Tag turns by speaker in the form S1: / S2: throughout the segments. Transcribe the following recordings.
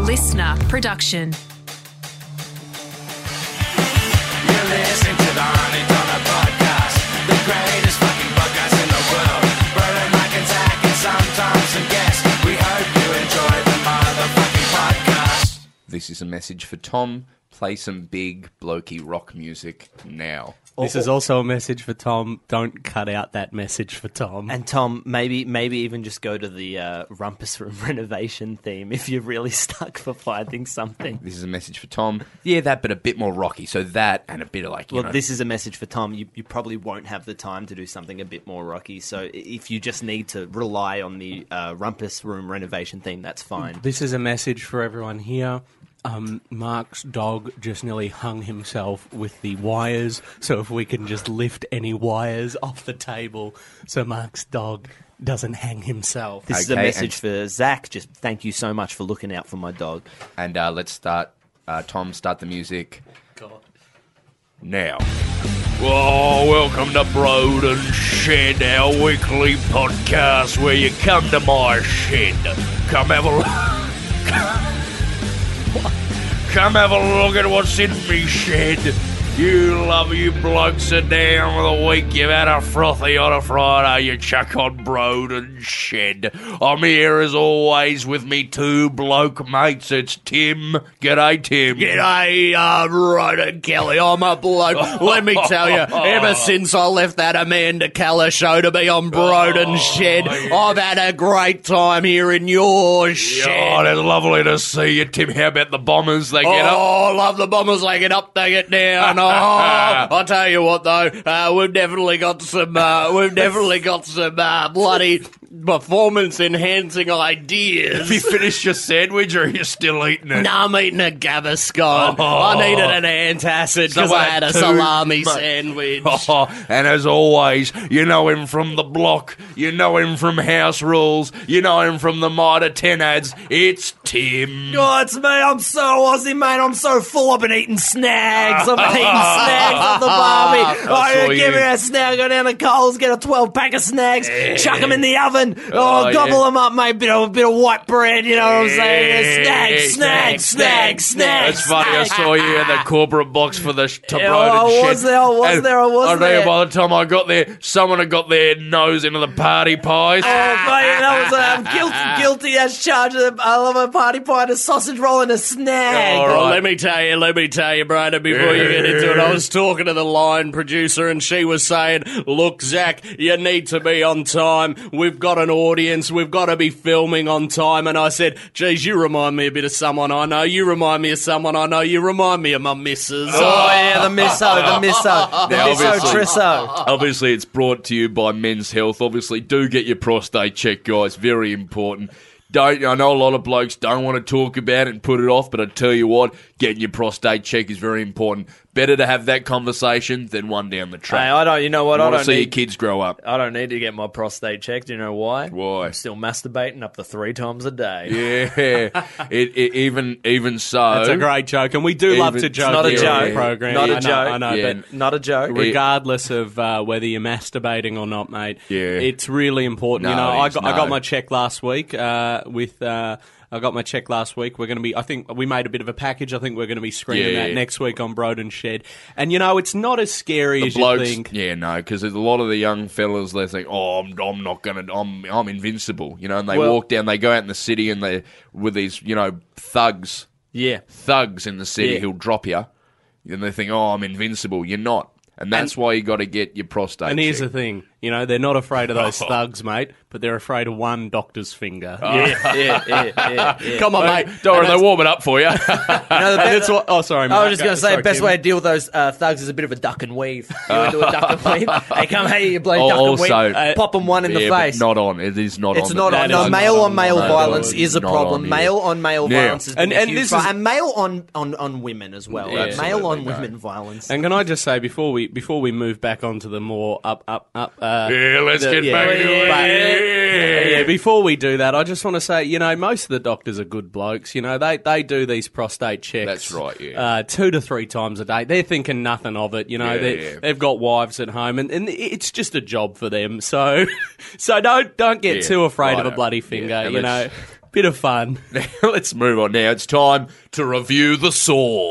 S1: listener production.
S2: You listen to the Honey Dollar Podcast, the greatest fucking podcast in the world. Brian McIntyre and Sam Thompson guest. We hope you enjoy the motherfucking podcast.
S3: This is a message for Tom. Play some big blokey rock music now.
S4: This is also a message for Tom. Don't cut out that message for Tom.
S5: And Tom, maybe maybe even just go to the uh, rumpus room renovation theme if you're really stuck for finding something.
S3: This is a message for Tom. Yeah, that, but a bit more rocky. So that and a bit of like, you
S5: Well,
S3: know,
S5: this is a message for Tom. You, you probably won't have the time to do something a bit more rocky. So i- if you just need to rely on the uh, rumpus room renovation theme, that's fine.
S4: this is a message for everyone here. Um, Mark's dog just nearly hung himself with the wires. So if we can just lift any wires off the table, so Mark's dog doesn't hang himself.
S5: This is a
S3: Okay,
S5: message for Zach. Just thank you so much for looking out for my dog.
S3: and uh, let's start. Uh, Tom, start the music now.
S6: Oh, welcome to Broad and Shed, our weekly podcast where you come to my shed. Come have a look. come have a look at what's in me shed. You love you blokes are down with a week. You've had a frothy on a Friday. You chuck on Broad and Shed. I'm here as always with me two bloke mates. It's Tim. G'day, Tim.
S7: G'day, uh, Ronan Kelly. I'm a bloke. Let me tell you, ever since I left that Amanda Keller show to be on
S4: Oh,
S7: Broden Shed, I've had a great time here in your
S6: Oh,
S7: shed.
S6: that's lovely to see you, Tim. How about the bombers? They
S7: Oh,
S6: get up.
S7: I love the bombers. They get up, they get down. Oh, I tell you what, though, uh, we've definitely got some, uh, we've definitely got some uh, bloody performance-enhancing
S6: Have you
S7: ideas.
S6: finished your sandwich or are you still eating it?
S7: Nah, I'm eating a Gaviscon.
S6: Oh.
S7: I needed an antacid because
S6: Someone
S7: I
S6: had
S7: had a
S6: two
S7: salami
S6: mu-
S7: sandwich.
S6: Oh, and as always, you know him from the block, you know him from House Rules, you know him from the Mitre 10 ads. It's Tim.
S5: Oh, it's me. I'm so Aussie, mate. I'm so full. I've been eating snags. I've been eating snags at the barbie.
S6: Ah. I
S5: Oh,
S6: saw
S5: give
S6: you.
S5: me a snag. Go down to Coles, get a 12 pack of snags, chuck them in the oven. Oh,
S6: Oh,
S5: gobble
S6: yeah.
S5: them up, mate. Bit of, bit of white bread, you know what I'm saying?
S6: Yeah.
S5: Snags, snags, snags, snags.
S6: That's funny. I saw you in the corporate box for the sh- to
S5: Yeah,
S6: Broden
S5: I was
S6: shed.
S5: there, I was
S6: And
S5: there, I was
S6: tell you,
S5: there.
S6: By the time I got there, someone had got their nose into the party pies.
S5: Oh, mate, that was, I'm guilty, guilty as charged. I love a party pie and a sausage roll and a snag.
S6: All
S7: Well,
S6: right.
S7: let me tell you, let me tell you, Brandon, before you get into it, I was talking to the line producer and she was saying, Look, Zach, you need to be on time. We've got an audience. We've got to be filming on time. And I said, Geez, you remind me a bit of someone I know. You remind me of someone I know. You remind me of my missus.
S5: Oh, yeah, the miso, the miso, the
S6: Now,
S5: miso
S6: obviously-
S5: trisso.
S6: Obviously, it's brought to you by Men's Health. Obviously, do get your prostate checked, guys. Very important. Don't I know a lot of blokes don't want to talk about it and put it off, but I tell you what, getting your prostate check is very important. Better to have that conversation than one down the track.
S5: Hey, I don't. You know what?
S6: you
S5: I
S6: want
S5: don't
S6: to see
S5: need.
S6: your kids grow up.
S5: I don't need to get my prostate checked. You know why?
S6: Why?
S5: I'm still masturbating up to three times a day.
S6: Yeah, it, it, even even so,
S4: That's a great joke, and we do love
S6: Even-
S4: to
S6: It's
S4: joke.
S5: Not a
S4: here on the
S5: joke.
S4: Program.
S5: Not a
S4: I know,
S5: joke.
S4: I know,
S6: Yeah.
S4: but
S5: Not a joke.
S4: regardless of uh, whether you're masturbating or not, mate.
S6: Yeah.
S4: it's really important. you
S6: No,
S4: know,
S6: it
S4: I
S6: is,
S4: got, I got
S6: no.
S4: my check last week uh, with. Uh, I got my check last week. We're going to be. I think we made a bit of a package. I think we're going to be screening
S6: Yeah.
S4: that next week on Broden Shed. And you know, it's not as scary
S6: the
S4: as
S6: blokes,
S4: you think.
S6: yeah, no, because a lot of the young fellas, they think, oh, I'm, I'm not gonna, I'm, I'm invincible, you know. And they
S5: Well-
S6: walk down, they go out in the city, and they with these, you know, thugs,
S5: Yeah.
S6: thugs in the city
S5: Yeah.
S6: who'll drop you, and they think, oh, I'm invincible. You're not, and that's why you got to get your prostate.
S4: And here's the
S6: checked.
S4: thing, you know, they're not afraid of those thugs, mate, but they're afraid of one doctor's finger.
S5: Yeah, yeah, yeah, yeah, yeah.
S7: Come on, mate.
S6: Don't worry, they warm it up for you.
S5: You know, the
S4: And
S5: best-
S4: that's what. Oh, sorry, mate.
S5: I was just going to say,
S4: Sorry,
S5: best
S4: Tim.
S5: way to deal with those uh, thugs is a bit of a duck and weave. You into a duck and weave? Hey, come hey, you bloody
S6: Oh,
S5: duck and weave.
S6: also-
S5: Uh, Pop them one in the
S6: Yeah, but
S5: face.
S6: Not on. It is not
S5: it's
S6: on.
S5: not
S6: the-
S5: on.
S4: that
S5: No,
S4: is
S5: male
S4: not
S5: on male
S6: No, that
S5: violence is a
S6: not on
S5: problem.
S6: here.
S5: Male on male
S6: Yeah.
S5: violence is
S4: And-
S5: been a
S4: and
S5: huge
S4: this
S5: pro-
S4: is-
S5: and male on, on, on women as well.
S4: Yeah,
S5: male on
S6: absolutely,
S5: women
S6: mate.
S5: violence.
S4: And can I just say before we before we move back onto the more up up up uh,
S6: Yeah, let's
S4: the-
S6: get
S4: yeah,
S6: back to
S4: but-
S6: it.
S4: yeah, before we do that, I just want to say, you know, most of the doctors are good blokes. You know, they, they do these prostate checks.
S6: That's right, yeah.
S4: Uh, two to three times a day. They're thinking nothing of it. You know,
S6: Yeah,
S4: they,
S6: yeah.
S4: they've got wives at home, and, and it's just a job for them. So, so don't don't get
S6: Yeah,
S4: too afraid of
S6: righto.
S4: a bloody
S6: Yeah,
S4: finger.
S6: and
S4: you know,
S6: let's-
S4: Bit of fun.
S6: Let's move on now. It's time to review the saw.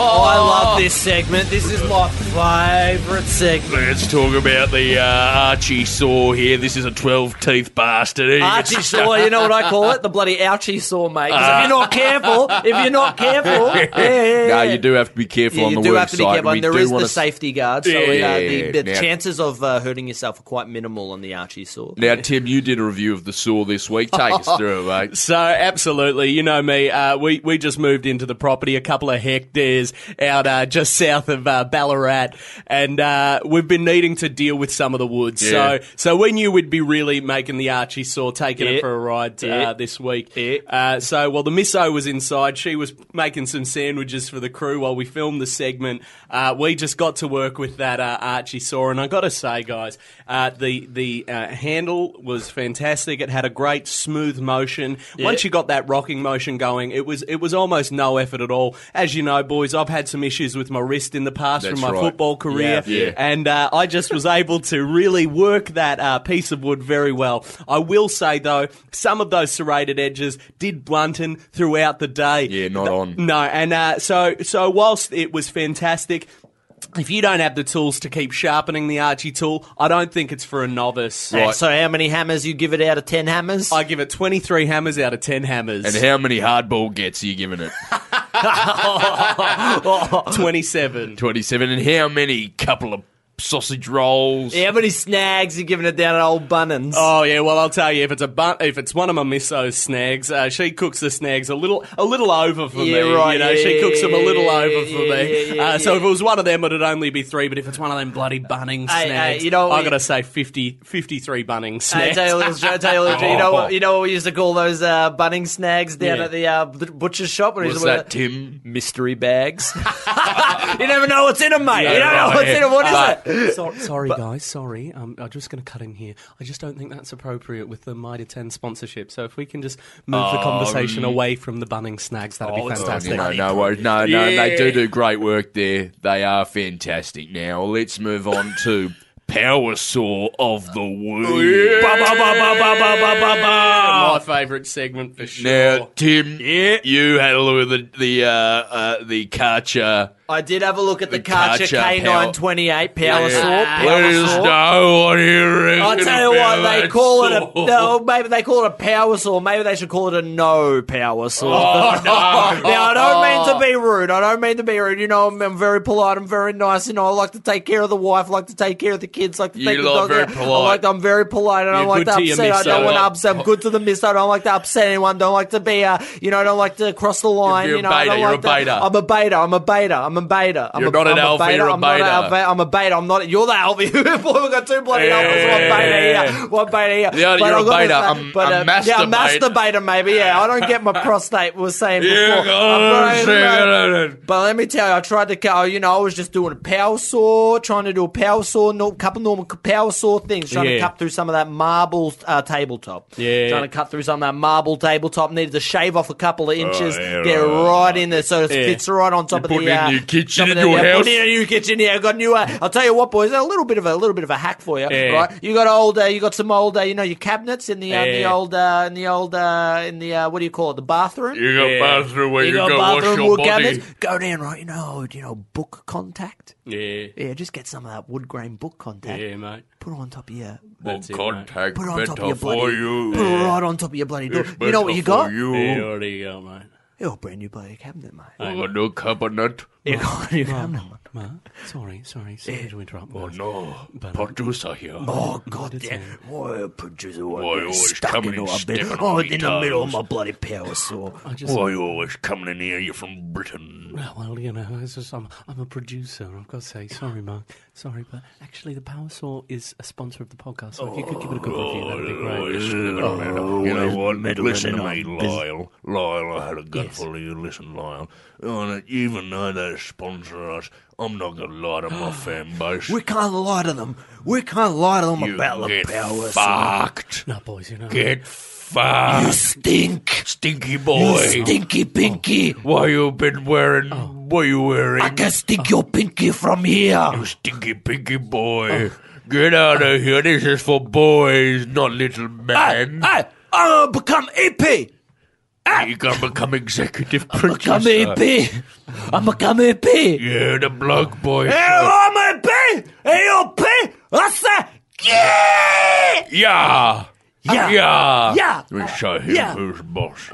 S5: Oh, I love this segment. This is my favourite segment.
S7: Let's talk about the uh, Archie saw here. This is a 12 teeth bastard. He gets
S5: Archie saw, you know what I call it? The bloody ouchie saw, mate. 'Cause if you're not careful, if you're not careful, yeah, yeah,
S6: Now
S5: yeah.
S6: you do have to be careful
S5: Yeah,
S6: on
S5: you
S6: the
S5: do
S6: website.
S5: have to be careful.
S6: We
S5: And there
S6: do
S5: is
S6: wanna
S5: the
S6: s-
S5: safety guard, so uh, the, the
S6: Yeah.
S5: chances of uh, hurting yourself are quite minimal on the Archie saw.
S6: Now, Tim, you did a review of the saw this week. Take
S5: Oh.
S6: us through, it, mate.
S4: So absolutely, you know me. Uh, we we just moved into the property a couple of hectares out uh, just south of uh, Ballarat, and uh, we've been needing to deal with some of the woods.
S6: Yeah.
S4: So so we knew we'd be really making the Archie saw, taking
S5: Yeah.
S4: it for a ride
S5: Yeah.
S4: uh, this week.
S5: Yeah.
S4: Uh, so while the misso was inside, she was making some sandwiches for the crew while we filmed the segment. Uh, we just got to work with that uh, Archie saw, and I got to say, guys, uh, the the uh, handle was fantastic. It had a great smooth motion. Once you got that rocking motion going, it was it was almost no effort at all. As you know, boys, I've had some issues with my wrist in the past
S6: That's
S4: from my
S6: right.
S4: football career,
S6: Yeah. Yeah.
S4: and uh, I just was able to really work that uh, piece of wood very well. I will say though, some of those serrated edges did blunten throughout the day.
S6: Yeah, not on.
S4: No, and uh, so so whilst it was fantastic. If you don't have the tools to keep sharpening the Archie tool, I don't think it's for a novice.
S6: Right.
S5: So, how many hammers you give it out of ten hammers?
S4: I give it 23 hammers out of 10 hammers.
S6: And how many hardball gets are you giving it?
S4: 27.
S6: 27. And how many couple of sausage rolls?
S5: how many snags you giving it down at old Bunnings?
S4: Oh yeah, well I'll tell you if it's a bun- if it's one of my misso's snags, uh, she cooks the snags a little a little over for
S5: Yeah,
S4: me.
S5: right,
S4: you know,
S5: yeah,
S4: she
S5: yeah,
S4: cooks them a little
S5: yeah,
S4: over
S5: yeah,
S4: for me.
S5: yeah, yeah,
S4: uh, so
S5: yeah.
S4: if it was one of them, it'd only be three. But if it's one of them bloody Bunnings
S5: Hey, hey,
S4: snags,
S5: you know,
S4: I
S5: we-
S4: gotta say 50, 53 Bunnings
S5: Hey, I
S4: snags.
S5: tell you, a little- I tell you, a little- you know what? You know what we used to call those uh, bunning snags down
S4: Yeah.
S5: at the uh, b- butcher shop. What
S6: What's that, Tim?
S5: mystery bags. you never know what's in them, mate. you don't know
S6: right,
S5: what's in them. What is
S6: But-
S5: it?
S4: So- sorry, guys. Sorry. Um, I'm just going to cut in here. I just don't think that's appropriate with the Mitre 10 sponsorship. So if we can just move the conversation away from the Bunnings snags, that'd be fantastic.
S6: No, no worries. No, no, they do do great work there. They are fantastic. Now, let's move on to Power Saw of the
S5: Oh,
S6: Week. Ba, ba, ba, ba, ba, ba, ba, ba, ba.
S4: My favourite segment for sure.
S6: Now, Tim, you had a look at the the uh, uh, the Karcher.
S5: I did have a look at the,
S6: The
S5: Karcher
S6: Karcher power-
S5: K928 power saw. Power
S6: Please
S5: saw.
S6: know what you reckon
S5: I tell you what,
S6: about
S5: they
S6: that
S5: call it a
S6: saw.
S5: no. Maybe they call it a power saw. Maybe they should call it a no power saw.
S6: Oh, no. Oh.
S5: Now I don't mean to be rude. I don't mean to be rude. You know, I'm, I'm very polite. I'm very nice. You know, I like to take care of the wife. Like to take care of the kids. Like to
S6: You
S5: take the
S6: lot
S5: dog.
S6: very
S5: out. I
S6: polite.
S5: like. I'm very polite. I don't
S4: You're
S5: like
S4: good
S5: to
S4: to your
S5: upset. I
S4: miss,
S5: don't
S4: though.
S5: want to upset. I'm good to the miss. I don't like to upset anyone. Don't like to be. Uh, you know, I don't like to cross the line.
S6: You're a
S5: you know, I
S6: beta.
S5: don't
S6: You're
S5: like
S6: a
S5: to-
S6: beta.
S5: I'm a beta. I'm a beta. I'm a beta. I'm
S6: You're
S5: a,
S6: not an
S5: I'm
S6: alpha, you're a
S5: I'm not an
S6: beta.
S5: alpha. I'm a beta. I'm not. You're the alpha. We've got two bloody alphas. One beta here. One beta here.
S6: The other-
S5: But
S6: you're a
S5: I've got
S6: beta.
S5: this, uh,
S6: I'm-
S5: but,
S6: I'm
S5: uh, Yeah, I'm
S6: masturbate.
S5: masturbator maybe. Yeah, I don't get my prostate. We We're saying before.
S6: Yeah,
S5: I'm
S6: oh,
S5: very-
S6: shit.
S5: but let me tell you, I tried to cut. You know, I was just doing a power saw, trying to do a power saw, no, couple normal c- power saw things, trying to
S4: Yeah.
S5: cut through some of that marble uh, tabletop.
S4: Yeah.
S5: trying to cut through some of that marble tabletop. Needed to shave off a couple of inches,
S6: Oh, yeah,
S5: get right in there, so it fits right on top of
S6: put
S5: the.
S6: it in
S5: uh,
S6: your kitchen
S5: top of
S6: in
S5: the-
S6: your
S5: yeah,
S6: house?
S5: Put it in your new kitchen. Yeah, I got new. Uh, I'll tell you what, boys, a little bit of a little bit of a hack for you.
S4: Yeah.
S5: Right, you got old, uh, you got some old, uh, you know, your cabinets in the uh, the
S4: Yeah.
S5: old uh, in the old uh, in the uh, what do you call it, the bathroom.
S7: You got
S4: Yeah.
S7: bathroom where
S5: You
S7: you,
S5: got
S7: go wash
S5: bathroom
S7: your
S5: wood
S7: body.
S5: cabinets. Go down, right? You know, you know, book contact.
S4: Yeah.
S5: Yeah, just get some of that wood grain book contact.
S4: Yeah, mate.
S5: Put it on top of your,
S7: Well,
S4: it, mate.
S7: contact
S5: put it on top of
S7: better
S5: your
S7: for
S5: bloody,
S7: you.
S5: put it right on top of your bloody door.
S7: It's
S5: You know what
S7: better
S5: you
S7: for
S5: got?
S7: You. Uh,
S4: Yeah, what do you got, mate?
S5: Your brand new bloody cabinet, mate.
S7: I got no cabinet.
S5: You got a new cabinet. mate.
S4: Mark, sorry, sorry, sorry to interrupt.
S7: Oh
S4: Mark.
S7: no, producer here.
S5: Oh god damn! Why a producer?
S7: Why
S5: Why
S7: you
S5: I'm
S7: always
S5: stuck
S7: oh, coming
S5: in
S7: and
S5: a bit?
S7: stepping on
S5: Oh,
S7: me
S5: in the middle of my
S7: toes?
S5: bloody power saw.
S4: I just,
S7: Why you Oh, always coming in here? You're from Britain.
S4: well, you know, it's just, I'm, I'm a producer. I've got to say, sorry, Mark, sorry, but actually, the Power Saw is a sponsor of the podcast. So if you could give it a good review, that'd be
S7: Oh,
S4: great.
S7: it's never
S5: Oh,
S7: matter. You know what?
S5: meddling
S7: Listen to
S5: on
S7: me,
S5: bus-
S7: Lyle. Lyle, I had a gutful of you. Listen, Lyle. Oh, even though they sponsor us, I'm not going to lie to my fan base.
S5: We can't lie to them. We can't lie to them
S7: you
S5: about the
S7: get
S5: power saw.
S7: fucked.
S4: No, boys, you know.
S7: Get fucked.
S5: Stink,
S7: stinky boy. Oh.
S5: stinky pinky. Oh.
S7: Why you been wearing? What you wearing?
S5: I can stick your pinky from here.
S7: You stinky pinky boy. Get out of here. This is for boys, not little man.
S5: Hey,
S8: I'm gonna become
S5: E
S8: EP.
S5: Ah.
S7: You can become executive producer.
S8: I'm
S5: E
S8: EP. I'm become EP.
S7: You're the blog boy.
S8: Hey, I'm EP. Hey, EP. I say, yeah,
S7: Yeah.
S8: yeah,
S7: Yeah.
S8: yeah.
S7: We show him
S8: yeah.
S7: who's boss.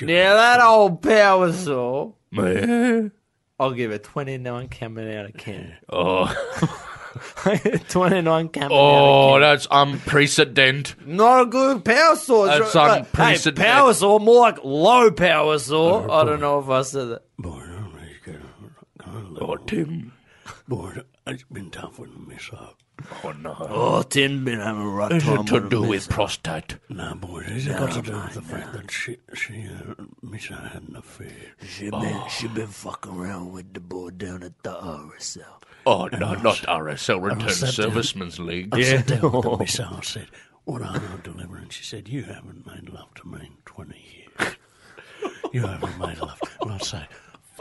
S8: Yeah, that old power saw.
S7: Yeah.
S8: oh, I'll give it 29 coming out of 10.
S7: Oh,
S8: 29 coming out of
S7: oh that's unprecedented.
S8: 10. Not a good power saw.
S7: That's
S8: right.
S7: unprecedented.
S8: Hey, power saw, more like low power saw. I don't know if I said that.
S7: Oh, Tim.
S4: It's been tough with me, so.
S7: Oh, no.
S8: Oh, Tim been having a rough
S7: Is
S8: time.
S7: it
S5: Mm,
S7: to do with prostate?
S4: Nah, boy, it's got to do with the fact that she, she, uh, Missa had an affair.
S8: She
S7: Oh.
S8: been, she been fucking around with the boy down at the RSL.
S7: Oh, no, not RSL, Returned Servicemen's League.
S4: I sat down with the Missa, I said, what are you delivering? She said, you haven't made love to me in 20 years. you haven't made love. And I say,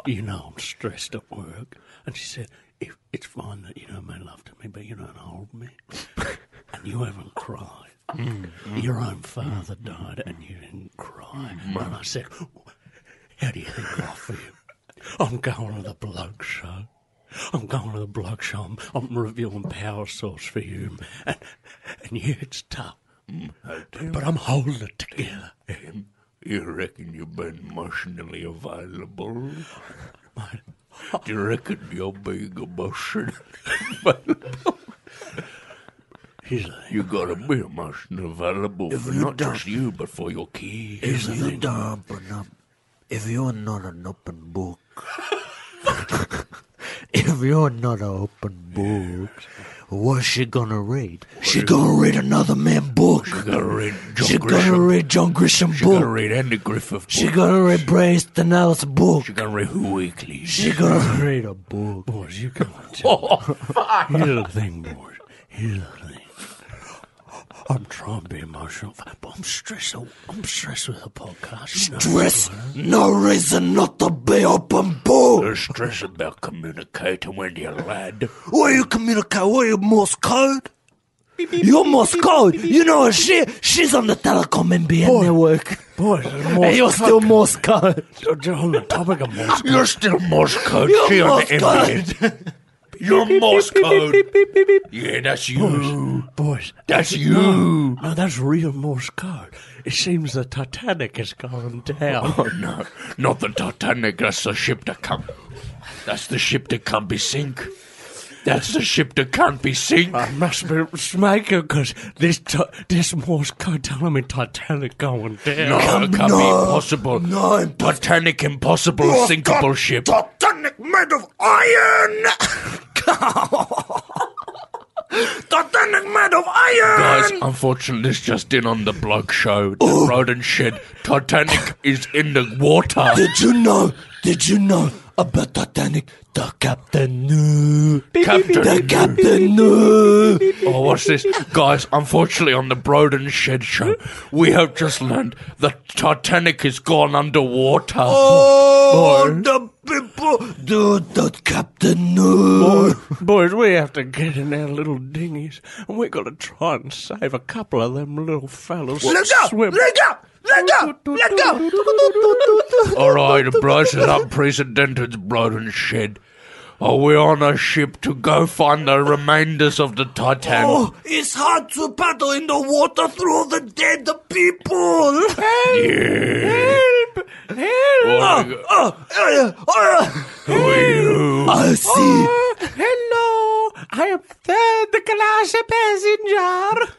S4: you know I'm stressed at work. And she said, if, it's fine that you don't make love to me, but you don't hold me. and you haven't cried. Mm-hmm. Your own father died and you didn't cry. And I said, How do you think I feel? I'm going to the bloke show. I'm going to the bloke show. I'm, I'm reviewing Power Source for you. And, and yeah, it's tough. But I'm holding it together.
S7: You reckon you've been emotionally available?
S4: Mate,
S7: Do you reckon you're being emotional?
S4: here's the thing.
S7: You gotta be emotional available for not just you, but for your kids.
S4: Here's the thing.
S8: open up. If you're not an open book, if you're not an open book, what's she gonna read? She gonna read another man book.
S7: You gotta read John
S8: She gonna
S7: Grisham.
S8: read John Grisham
S7: You gotta
S8: book.
S7: read Andy Griffith.
S8: She
S7: book.
S8: gonna read Bryce Denell's book.
S7: You gotta read Who Weekly.
S8: She gonna read a book.
S4: Boys, you come on. Oh, fuck. Here's the thing, boys. Here's the thing. I'm trying to be emotional, but I'm stressed. out- I'm stressed with the podcast. you know.
S8: Dress, no reason not to be open book.
S7: There's stress about communicating when you're a lad.
S8: What you communicate? What you Morse code? You're Morse code. You know she she's on the telecom MBN network.
S4: Boys, I'm all
S8: And you're still Morse code.
S4: You're on the topic of Morse
S7: You're still Morse code.
S8: You're
S7: She on
S8: Morse
S7: the internet. You're Morse code. Yeah, that's you.
S4: Boys,
S7: That's you.
S4: no, that's real Morse code. It seems the Titanic has gone down.
S7: Oh, no, not the Titanic. That's the ship that can That's the ship that can't be sink. That's the ship that can't be sink.
S4: I must be mistaken because this ti- this Morse code telling me Titanic going down.
S7: No, it can't be impossible. No, Titanic impossible sinkable ship.
S8: Titanic made of iron. Titanic made of
S7: Guys,
S8: iron.
S7: unfortunately, this just in on the blog show. The
S8: Oh.
S7: road and shed. Titanic is in the water.
S8: Did you know? Did you know about Titanic? The captain knew. The
S7: Captain.
S8: captain knew.
S7: Oh, what's this? Guys, unfortunately, on the Broden Shed show, we have just learned that Titanic has gone underwater.
S8: Oh, the people. Dude, the captain knew.
S4: Boys, we have to get in our little dinghies and we got to try and save a couple of them little fellas.
S8: Let go!
S4: Swim.
S8: Let go! Let go! Let go!
S7: All right, Bryce is unprecedented, Broden Shed. Are we on a ship to go find the remainders of the Titanic?
S8: Oh, it's hard to paddle in the water through the dead people.
S7: Oh, my
S8: Oh,
S7: God.
S8: oh, oh, oh.
S7: Who are you?
S8: I
S7: Oh.
S8: see.
S4: Hello, I am third class passenger.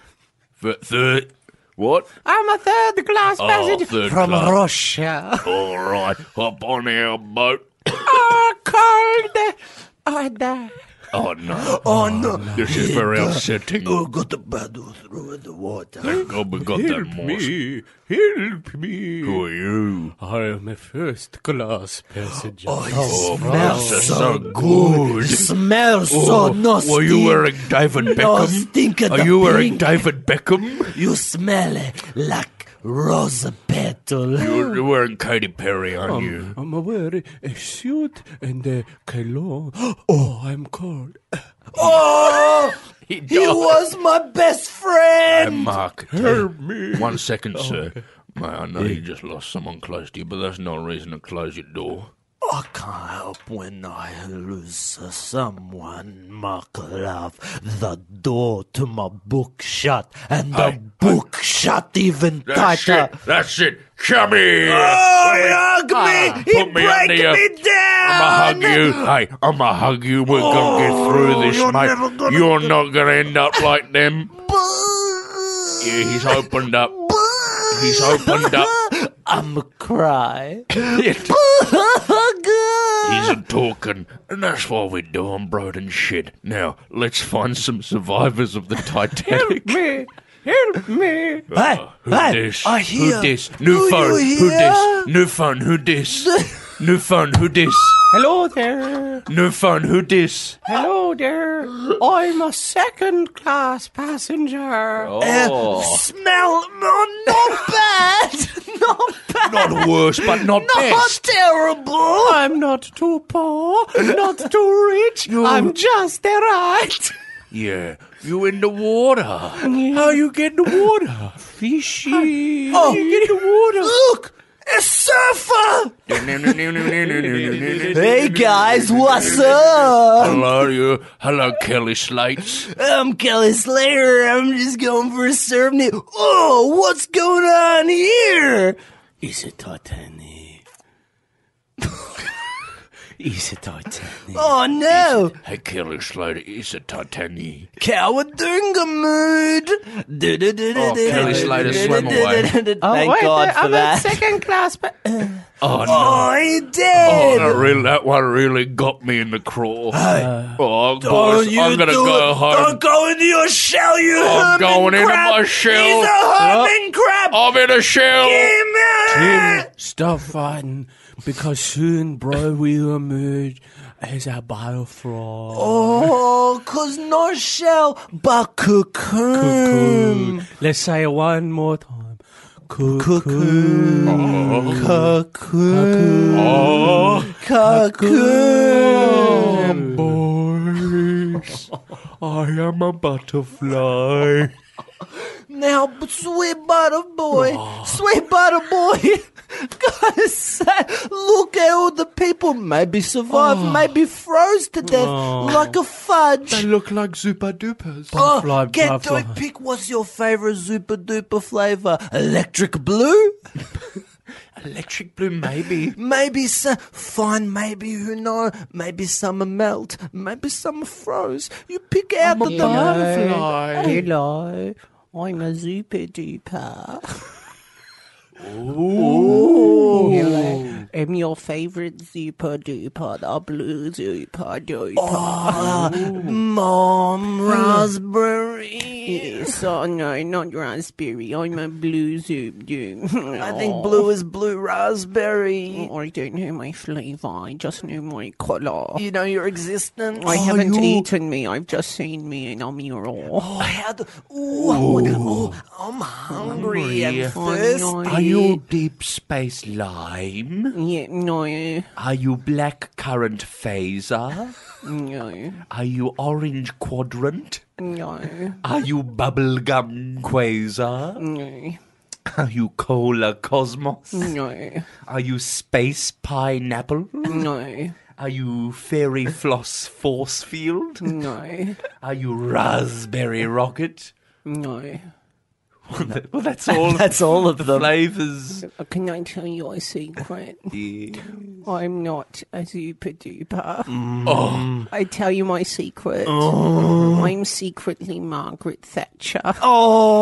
S7: Th- third. What?
S4: I'm a third class
S7: Oh, third class.
S4: Russia.
S7: All right, hop on our boat.
S4: oh, cold. I die.
S7: Oh no,
S8: Oh, no.
S7: this is very upsetting.
S8: Oh, got to paddle through the water.
S7: Thank God we got that Morse.
S4: help me.
S7: Who are you?
S4: I am a first class passenger.
S8: Oh, it smells so
S7: so Oh,
S8: good. Smells so no
S7: Were you
S8: stink.
S7: wearing David Beckham?
S8: stink at
S7: Are
S8: the
S7: you wearing
S8: pink.
S7: David Beckham?
S8: You smell like Rosa petal.
S7: You're wearing Katy Perry, aren't
S4: Um,
S7: you?
S4: I'm wearing a suit and a cologne. Oh, I'm cold.
S8: Oh,
S7: He
S8: he was my best friend.
S7: Mark, help me. One second,
S8: Oh,
S7: sir. Mate, I know you just lost someone close to you, but that's no reason to close your door.
S8: I can't help when I lose someone, Mark Love. The door to my book shut, and the book shut even
S7: That's
S8: tighter.
S7: it. That's it. Come here.
S8: Oh, he hugged me! he
S7: Ah, put me
S8: break
S7: under you.
S8: me down!
S7: I'ma hug you. Hey, I'ma hug you. We're gonna get through this,
S8: Oh, you're
S7: mate.
S8: never gonna
S7: you're not gonna end up like them.
S8: Boo!
S7: Yeah, he's opened up.
S8: Boo!
S7: He's opened up.
S8: I'ma cry.
S7: He's a talking, and that's what we're doing, bro, and shit. Now, let's find some survivors of the Titanic.
S4: Me, help me.
S8: Hey,
S7: Who
S8: hey,
S7: dis?
S8: I hear.
S7: Who dis? New
S8: Do you
S7: phone. Who
S8: hear?
S7: dis? New phone. Who dis? New phone. Who dis?
S4: Hello there.
S7: New phone. Who dis?
S4: Hello there. I'm a second class passenger.
S8: Uh, smell, no, not bad, not bad,
S7: Not worse, but not
S8: not
S7: best.
S8: terrible.
S4: I'm not too poor, not too rich. I'm just the right.
S7: Yeah, you in the water.
S4: How you get the water? Fishy. Oh, you get the water.
S8: Look, a surfer.
S7: Hello,
S8: Hey guys, what's up?
S7: you. Hello, Kelly Slates.
S8: I'm Kelly Slater. I'm just going for a surf. Ni- oh, what's going on here?
S4: Is it Titanic? Is it Titanic?
S8: Oh no,
S7: Hey, Kelly Slater, it's a Titanic.
S8: cowardunga mood. Oh,
S7: Kelly Slater swam away.
S8: Thank God for Oh, that.
S4: second class. Pa-
S7: Oh, no.
S8: Oh, he
S7: Oh,
S8: did.
S7: that, really, that one really got me in the crawl. oh,
S8: Oh,
S7: boys,
S8: you
S7: I'm gonna
S8: do
S7: go
S8: it.
S7: home.
S8: Don't go into your shell, you
S7: I'm
S8: hermit
S7: going into
S8: crab.
S7: my shell.
S8: He's a hermit crab.
S7: I'm in a shell.
S8: Damn it.
S4: Stop fighting, because soon, bro, will emerge as a biofraud.
S8: Oh, cause no shell, but cocoon.
S7: Oh.
S4: Cocoon. Let's say it one more time. Cocoon.
S8: Cocoon. Cocoon.
S7: Boys, I am a butterfly.
S8: Now, b- sweet butter boy, sweet butter boy, gotta say, look at all the people, maybe survived, maybe froze to death like a fudge.
S7: I look like Zupa Dupas.
S8: Oh,
S4: Butterfly,
S8: get to
S4: butterfly.
S8: it. Pick what's your favorite super duper flavor? Electric blue?
S7: Electric blue, maybe.
S8: Maybe some fine, maybe who know? Maybe some are melt, maybe some are froze. You pick out the
S7: Butterfly.
S9: øh,
S8: Hello, I'm a super
S9: er
S8: duper.
S9: am your favorite Zupa Duper, the blue Zupa Duper.
S8: Mom, raspberry.
S9: Yes, oh no, not raspberry. I'm a blue Zoop Doop.
S8: I think blue is blue raspberry.
S9: I don't know my flavor, I just know my color.
S8: You know your existence.
S9: I
S8: Oh,
S9: haven't
S8: you-
S9: eaten me, I've just seen me and I'm your all.
S8: Oh, how do, ooh, I wanna- ooh, I'm hungry and thirsty.
S9: Are
S7: you deep space lime?
S9: Yeah, no,
S7: Are you black current phaser?
S9: no,
S7: Are you orange quadrant?
S9: no,
S7: Are you bubblegum quasar?
S9: no,
S7: Are you cola cosmos?
S9: no,
S7: Are you space pineapple?
S9: no,
S7: Are you fairy floss force field?
S9: no,
S7: Are you raspberry rocket?
S9: no.
S7: Well, that's all.
S8: That's all of them.
S7: flavors.
S9: Can I tell you a secret? I'm not a super duper.
S6: Mm.
S9: I tell you my secret.
S6: Oh.
S9: I'm secretly Margaret Thatcher.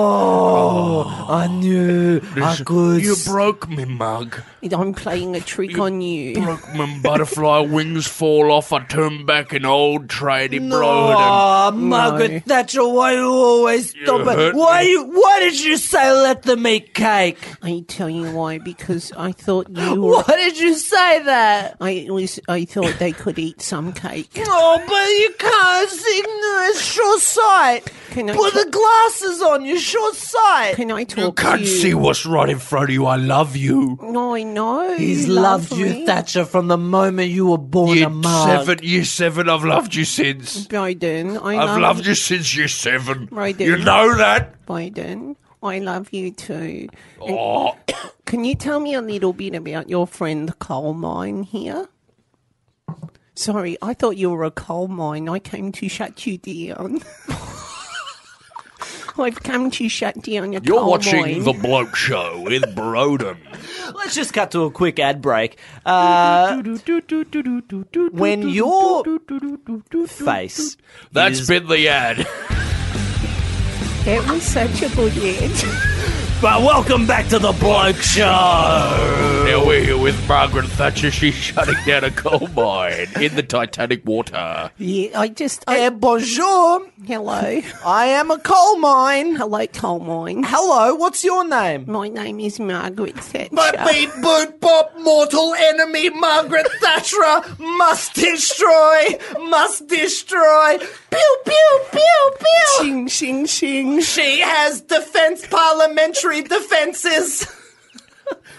S8: Oh, I knew I could.
S7: You broke me, mug.
S9: And I'm playing a trick
S7: You
S9: on you.
S7: Broke me, butterfly wings fall off. I turn back an old tradie
S8: No,
S7: bro.
S8: Margaret
S9: No.
S8: Thatcher, why you always stop it?
S7: hurt
S8: Why you? Why did you say let them eat cake?
S9: I tell you why, because I thought you were.
S8: Why did you say
S5: that?
S9: I was, I thought they could eat some cake.
S5: Oh, but you can't. It's ignorant. It's short sight.
S9: Can I
S5: Put
S9: ta-
S5: the glasses on. You're short sight.
S9: Can I talk
S6: Can't
S9: to you?
S6: see what's right in front of you. I love you.
S9: No, I know.
S5: He's
S9: you love
S5: loved you,
S9: me.
S5: Thatcher, from the moment you were born
S6: Year
S5: a mark.
S6: seven, year seven. I've loved you since.
S9: Biden. I
S6: I've
S9: love
S6: loved you since year seven.
S9: Right,
S6: you
S9: dude.
S6: know that.
S9: Biden. I love you too. And
S6: Oh.
S9: Can you tell me a little bit about your friend coal mine here? Sorry, I thought you were a coal mine. I came to shut you down. I've come to shut down your
S6: You're
S9: coal
S6: watching
S9: mine.
S6: the Bloke Show with Broden.
S10: Let's just cut to a quick ad break. Uh, when your face
S6: That's
S10: is-
S6: been the ad.
S9: That was such a good ad.
S10: But welcome back to the Bloke Show.
S6: Now we're here with Margaret Thatcher. She's shutting down a coal mine in the Titanic water.
S9: yeah, I just.
S5: Eh,
S9: I,
S5: bonjour.
S9: hello.
S5: I am a coal mine.
S9: Hello, coal mine.
S5: Hello, what's your name?
S9: My name is Margaret Thatcher.
S5: beat boot bop mortal enemy Margaret Thatcher must destroy, must destroy. Pew pew pew pew.
S9: Sing, sing, sing.
S5: She has defense parliamentary defenses.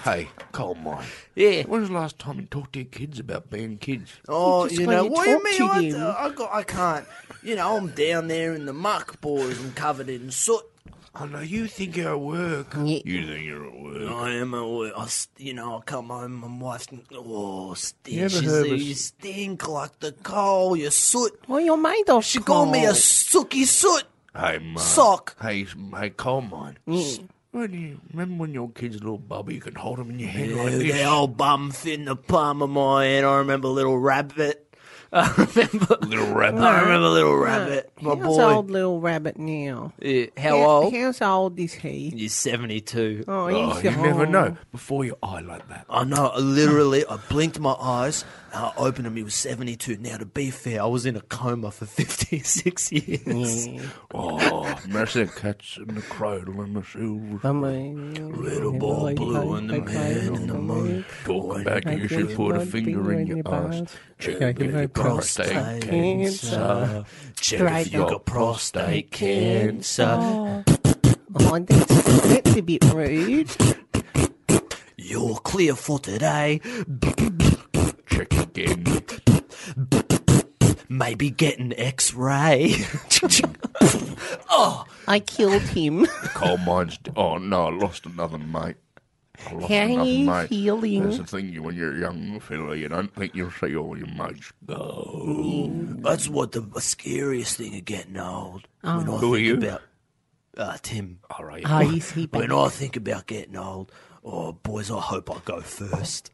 S6: Hey, coal mine.
S5: Yeah.
S6: When was the last time you talked to your kids about being kids?
S5: Oh,
S9: Just
S5: you
S9: when
S5: know,
S9: you
S5: what do you
S9: talk
S5: mean?
S9: to
S5: I,
S9: them.
S5: I, got, I can't. You know, I'm down there in the muck, boys. I'm covered in soot.
S6: I know you think you're at work.
S9: Yeah.
S6: You think you're at work.
S5: I am a, I, s- you know, I come home, my wife's, oh, stink.
S6: You ever
S5: She
S6: heard
S5: said,
S6: of-
S5: you stink like the coal, you soot.
S9: Well, you're made of
S5: She called me a
S9: coal.
S5: sooky soot
S6: Hey, Mark.
S5: sock.
S6: Hey, s- hey, coal mine. When you, remember when your kid's a little bubby, you can hold him in your hand like this?
S5: The old bum fit in the palm of my hand. I remember little rabbit. I remember,
S6: Little rabbit.
S5: I remember little rabbit, my
S9: How's
S5: boy.
S9: old little rabbit now?
S5: Yeah, how
S9: How-
S5: old?
S9: How's old is he?
S5: You're 72.
S9: Oh,
S6: Oh,
S9: he's
S6: you never
S9: old.
S6: know. Before your eye like that.
S5: I know. I Literally, I blinked my eyes. And I opened them. He was 72. Now, to be fair, I was in a coma for 56 years.
S9: Mm.
S6: Oh, massive cats in the cradle and the silver.
S9: I mean,
S5: Little ball blue and the man in the moon.
S6: Talking about
S9: I
S6: you
S9: guess
S6: should put a
S9: one
S6: finger in your ass.
S9: butt.
S6: Check
S11: Yeah,
S6: if
S11: you
S6: your
S11: know,
S6: prostate
S5: prostate
S6: cancer.
S5: Check
S9: Right.
S5: if you got prostate cancer.
S9: Oh, that's, that's a bit rude.
S5: You're clear for today.
S6: Check again.
S5: Maybe get an x ray.
S9: I killed him.
S6: Coal mines. d- Oh no, I lost another mate. I lost
S9: How
S6: another
S9: you
S6: mate.
S9: feeling?
S6: That's the thing. You, when you're a young fella, you don't think you'll see all your mates go.
S5: That's what the scariest thing of getting old. When I
S6: Who are
S5: think
S6: you?
S5: about uh, Tim.
S6: All right.
S9: Oh, is he back?
S5: When I think about getting old, oh boys, I hope I go first.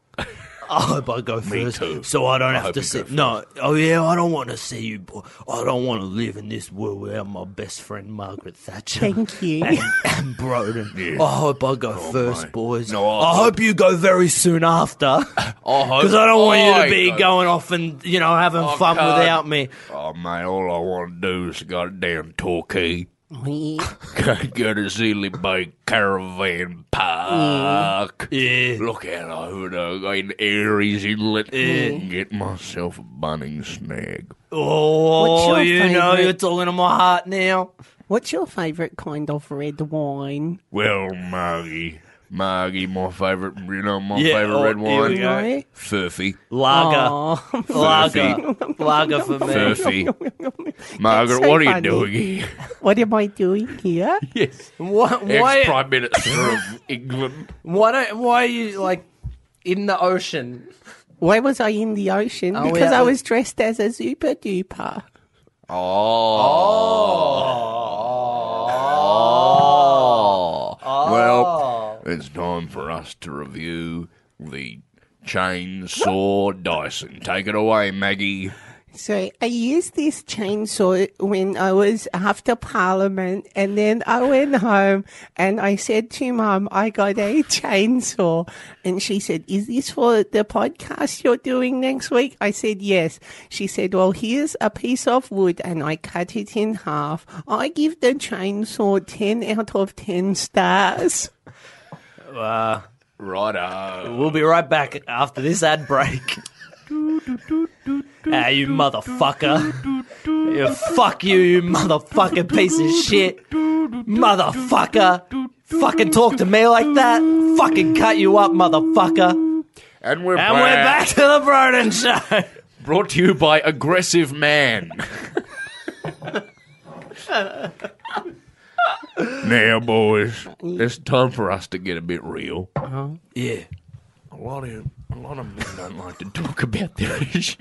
S5: I hope I go first,
S6: too.
S5: so I don't
S6: hope
S5: have to
S6: you
S5: see.
S6: go
S5: No, oh yeah, I don't want to see you. Boy. I don't want to live in this world without my best friend Margaret Thatcher.
S9: Thank you.
S5: and, and Broden. I hope I go first,
S6: Oh, my.
S5: boys.
S6: No, I
S5: I, hope, you go very soon after,
S6: hope
S5: because I don't want you
S6: I
S5: to be
S6: go-
S5: going off and you know having
S6: I
S5: fun
S6: can't.
S5: without me.
S6: Oh mate, all I want to do is go down Torquay.
S9: Yeah.
S6: go to Sealy Bay Caravan Park.
S5: Yeah.
S6: Look out over there in Aries Inlet and get myself a bunning snag.
S5: Oh,
S9: your
S5: you know
S9: favourite-
S5: you're talking to my heart now.
S9: What's your favourite kind of red wine?
S6: Well, Margie, Margie, my favourite, you know, my
S10: Yeah,
S6: favourite
S10: oh,
S6: red
S10: here we
S6: wine,
S10: go.
S9: Right?
S6: Furfy,
S10: Lager.
S9: Oh,
S10: Lager. Lager for me.
S6: Furfy. Margaret,
S9: so
S6: what are you
S9: funny.
S6: doing here?
S9: what am I doing here?
S10: Why,
S6: Ex
S10: why,
S6: Prime Minister of England.
S10: why, don't, why are you like in the ocean?
S9: Why was I in the ocean?
S10: we
S9: because
S10: are-
S9: I was dressed as a super duper.
S6: Oh. Well, it's time for us to review the chainsaw Dyson. Take it away, Maggie.
S9: So I used this chainsaw when I was after Parliament, and then I went home and I said to Mum, "I got a chainsaw," and she said, "Is this for the podcast you're doing next week?" I said, "Yes." She said, "Well, here's a piece of wood," and I cut it in half. I give the chainsaw ten out of ten stars.
S10: Uh,
S6: Righto.
S5: We'll be right back after this ad break. Ah, you motherfucker. Yeah, fuck you, you motherfucking piece of shit. Motherfucker. Fucking talk to me like that. Fucking cut you up, motherfucker.
S6: And we're back.
S5: And we're back to the Broden Show.
S6: Brought to you by Aggressive Man. now, boys, it's time for us to get a bit real.
S5: Uh-huh. Yeah.
S6: A lot of a lot of men don't like to talk about their issues.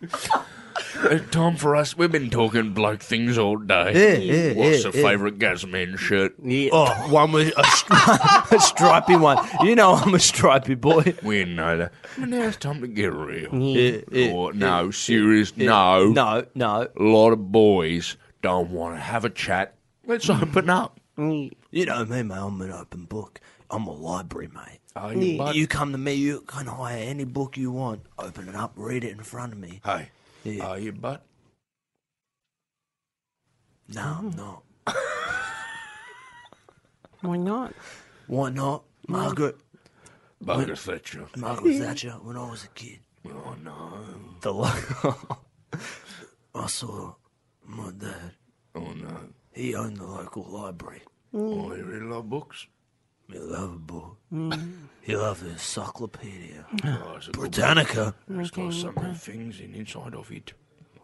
S6: it's time for us. We've been talking bloke things all day.
S5: Yeah, yeah,
S6: What's
S5: yeah,
S6: your favourite gas man shirt?
S5: Oh, one with a, stri- a stripy one. You know I'm a stripy boy.
S6: We know that. But now it's time to get real.
S5: Yeah, yeah,
S6: Or, no, serious, no.
S5: No, no.
S6: A lot of boys don't want to have a chat. Let's open up.
S5: You know me, mate. I'm an open book. I'm a library, mate.
S6: Oh, you bloke.
S5: You come to me, you can hire any book you want. Open it up, read it in front of me.
S6: Hey,
S5: Yeah.
S6: are you butt?
S5: No, I'm not.
S9: Why not?
S5: Why not? Margaret,
S6: Bugger Thatcher.
S5: Margaret Thatcher, when I was a kid.
S6: Oh, no.
S5: The local. I saw my dad.
S6: Oh, no.
S5: He owned the local library.
S6: Oh, you really love books?
S5: He loved a book. He loved the encyclopedia.
S6: Oh, it's a good
S5: Britannica.
S6: book. It's got so many things in inside of it.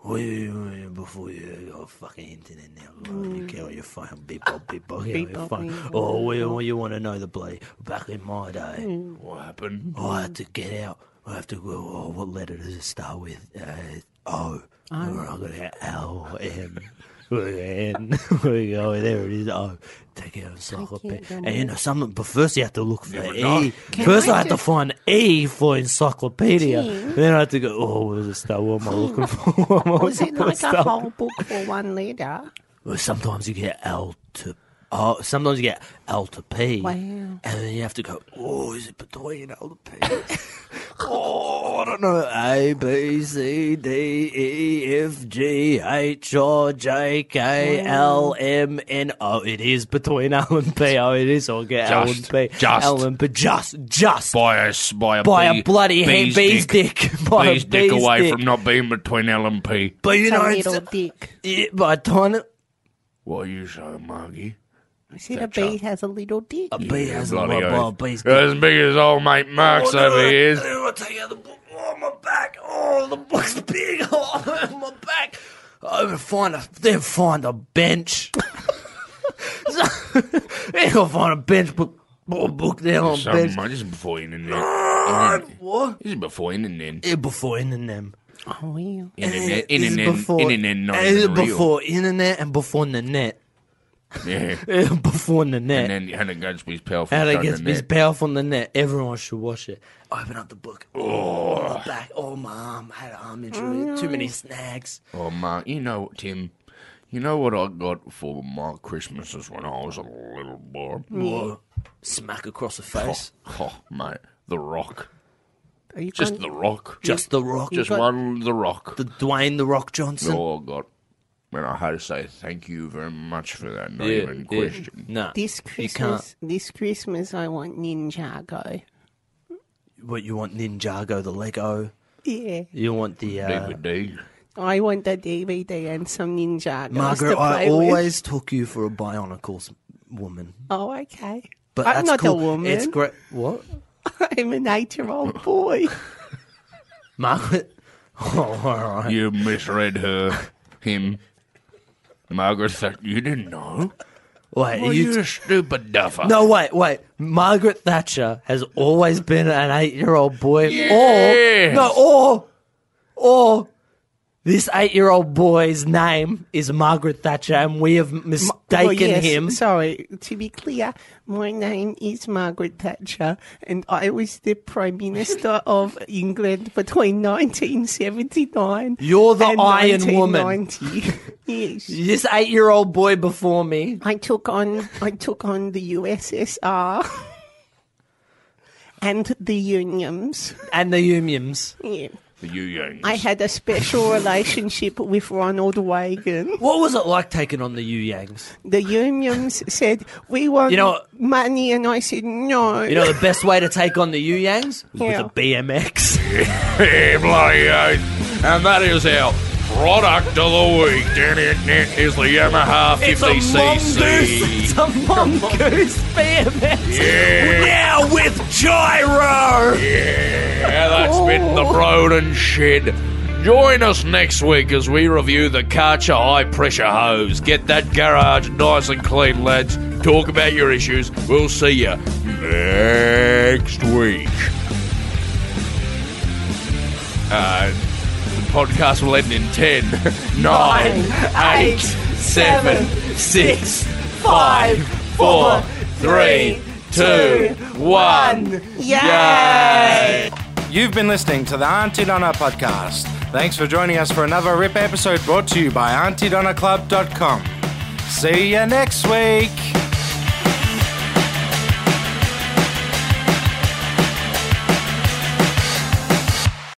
S5: Way, way before you had your fucking internet now. God, You care what your phone. Beep bop, beep bop. Beep your phone. Oh, we, well, you want to know the bloody. Back in my day,
S6: What happened?
S5: I had to get out. I have to go. Oh, what letter does it start with? Uh, o. Or I'm going to get L, M. N. we go. There it is. Oh, take out encyclopedia. And you know, some, but first you have to look for E. First, I, had to find E for encyclopedia. Then I had to go. Oh, where's the star? What am I looking for? What am I
S9: Was it
S5: looking for?
S9: like a whole book for one letter?
S5: Well, sometimes you get L to oh, sometimes you get L to P.
S9: Wow.
S5: And then you have to go. Oh, is it between L to P? oh, I don't know. A B C D E F G H I J K L M N O. It is between L and P. Oh, it is. I'll get L and
S6: Just,
S5: P.
S6: just.
S5: L and P. Just, just.
S6: By a, s- by a,
S5: By
S6: bee-
S5: a bloody bee's, bee's dick. By
S6: Bee's
S5: a
S6: dick away
S5: dick.
S6: from not being between L and P.
S5: But you
S9: It's a
S5: know,
S9: little
S5: it's,
S9: dick.
S5: yeah, by the time it-
S6: What are you saying, Margie?
S9: I said a bee has a little dick.
S5: a bee has a
S6: Bloody
S5: by a
S6: oath.
S5: bee's dick.
S6: As big as old mate Mark's
S5: Oh, no,
S6: over here.
S5: I do, I take out the book. Oh, my back. Oh, the book's big. Oh, my back. I would find a, then find a bench. so, then I'll find a bench book. Put a book down on
S6: Something
S5: bench.
S6: like this is
S8: Eh.
S6: before internet.
S5: Ah,
S6: Internet.
S5: What?
S6: This is before internet.
S5: Yeah, before internet.
S9: Oh, well.
S6: Internet,
S5: This is
S6: internet,
S5: before-
S6: internet, not
S5: This is
S6: even real.
S5: Eh, before internet and before the net. Eh,
S6: Yeah.
S5: before the net.
S6: And then Hannah Gadsby's powerful.
S5: How
S6: son
S5: to
S6: in
S5: get
S6: there.
S5: this powerful on the net. Everyone should watch it. Open up the book. Oh, my back. Oh, my arm. I had an arm injury. Too many snacks.
S6: Oh, Mark, you know, Tim, you know what I got for my Christmases when I was a little boy?
S5: Whoa. Smack across the face.
S6: Oh, mate, The Rock.
S9: Are you
S6: Just
S9: going-
S6: The Rock.
S5: Just the rock.
S6: Just
S9: got-
S6: one The Rock.
S5: the Dwayne the Rock Johnson.
S6: Oh, I got. And I had to say thank you very much for that. Not even question.
S5: Nah.
S9: This
S5: You can't.
S9: Christmas, this Christmas, I want Ninjago.
S5: What you want? Ninjago the Lego.
S9: Yeah,
S5: You want the uh,
S6: DVD.
S9: I want the DVD and some Ninjago.
S5: Margaret?
S9: to play
S5: I
S9: with.
S5: always took you for a Bionicles woman.
S9: Oh, okay.
S5: But
S9: I'm
S5: that's
S9: not
S5: cool.
S9: a woman.
S5: It's great. What?
S9: I'm an eight-year-old boy.
S5: Margaret. Oh, all right.
S6: You misread her. Him. Margaret Thatcher. You didn't know?
S5: Wait,
S6: Well,
S5: are you
S6: you a stupid duffer.
S5: No, wait, wait. Margaret Thatcher has always been an eight-year-old boy, or
S6: Yes.
S5: no, or or this eight-year-old boy's name is Margaret Thatcher, and we have mistaken
S9: Well, yes,
S5: him.
S9: Sorry, to be clear, my name is Margaret Thatcher, and I was the Prime Minister of England between 1979.
S5: You're the
S9: and
S5: Iron Woman.
S9: 1990. yes.
S5: This eight-year-old boy before me.
S9: I took on I took on the USSR and the unions.
S5: and the Umiums.
S9: Yeah.
S6: The Yu Yangs.
S9: I had a special relationship with Ronald Reagan.
S5: What was it like taking on the Yu Yangs?
S9: The unions said, We want
S5: You know-
S9: money. And I said, No.
S5: You know, the best way to take on the Yu Yangs was
S9: Yeah.
S5: with a BMX.
S6: Hey, bloody oath. And that is our product of the week. Down it net is the Yamaha 50cc.
S5: a mongoose BMX.
S6: Yeah,
S5: Now with gyro.
S6: yeah, that's been the road and shed. Join us next week as we review the Karcher high pressure hose. Get that garage nice and clean, lads. Talk about your issues. We'll see you next week. Uh, the podcast will end in 10, 9, 8, 7, 6, 5, 4, 3, 2, 1. Yay!
S12: You've been listening to the Auntie Donna podcast. Thanks for joining us for another RIP episode brought to you by AuntieDonnaClub.com. See you next week.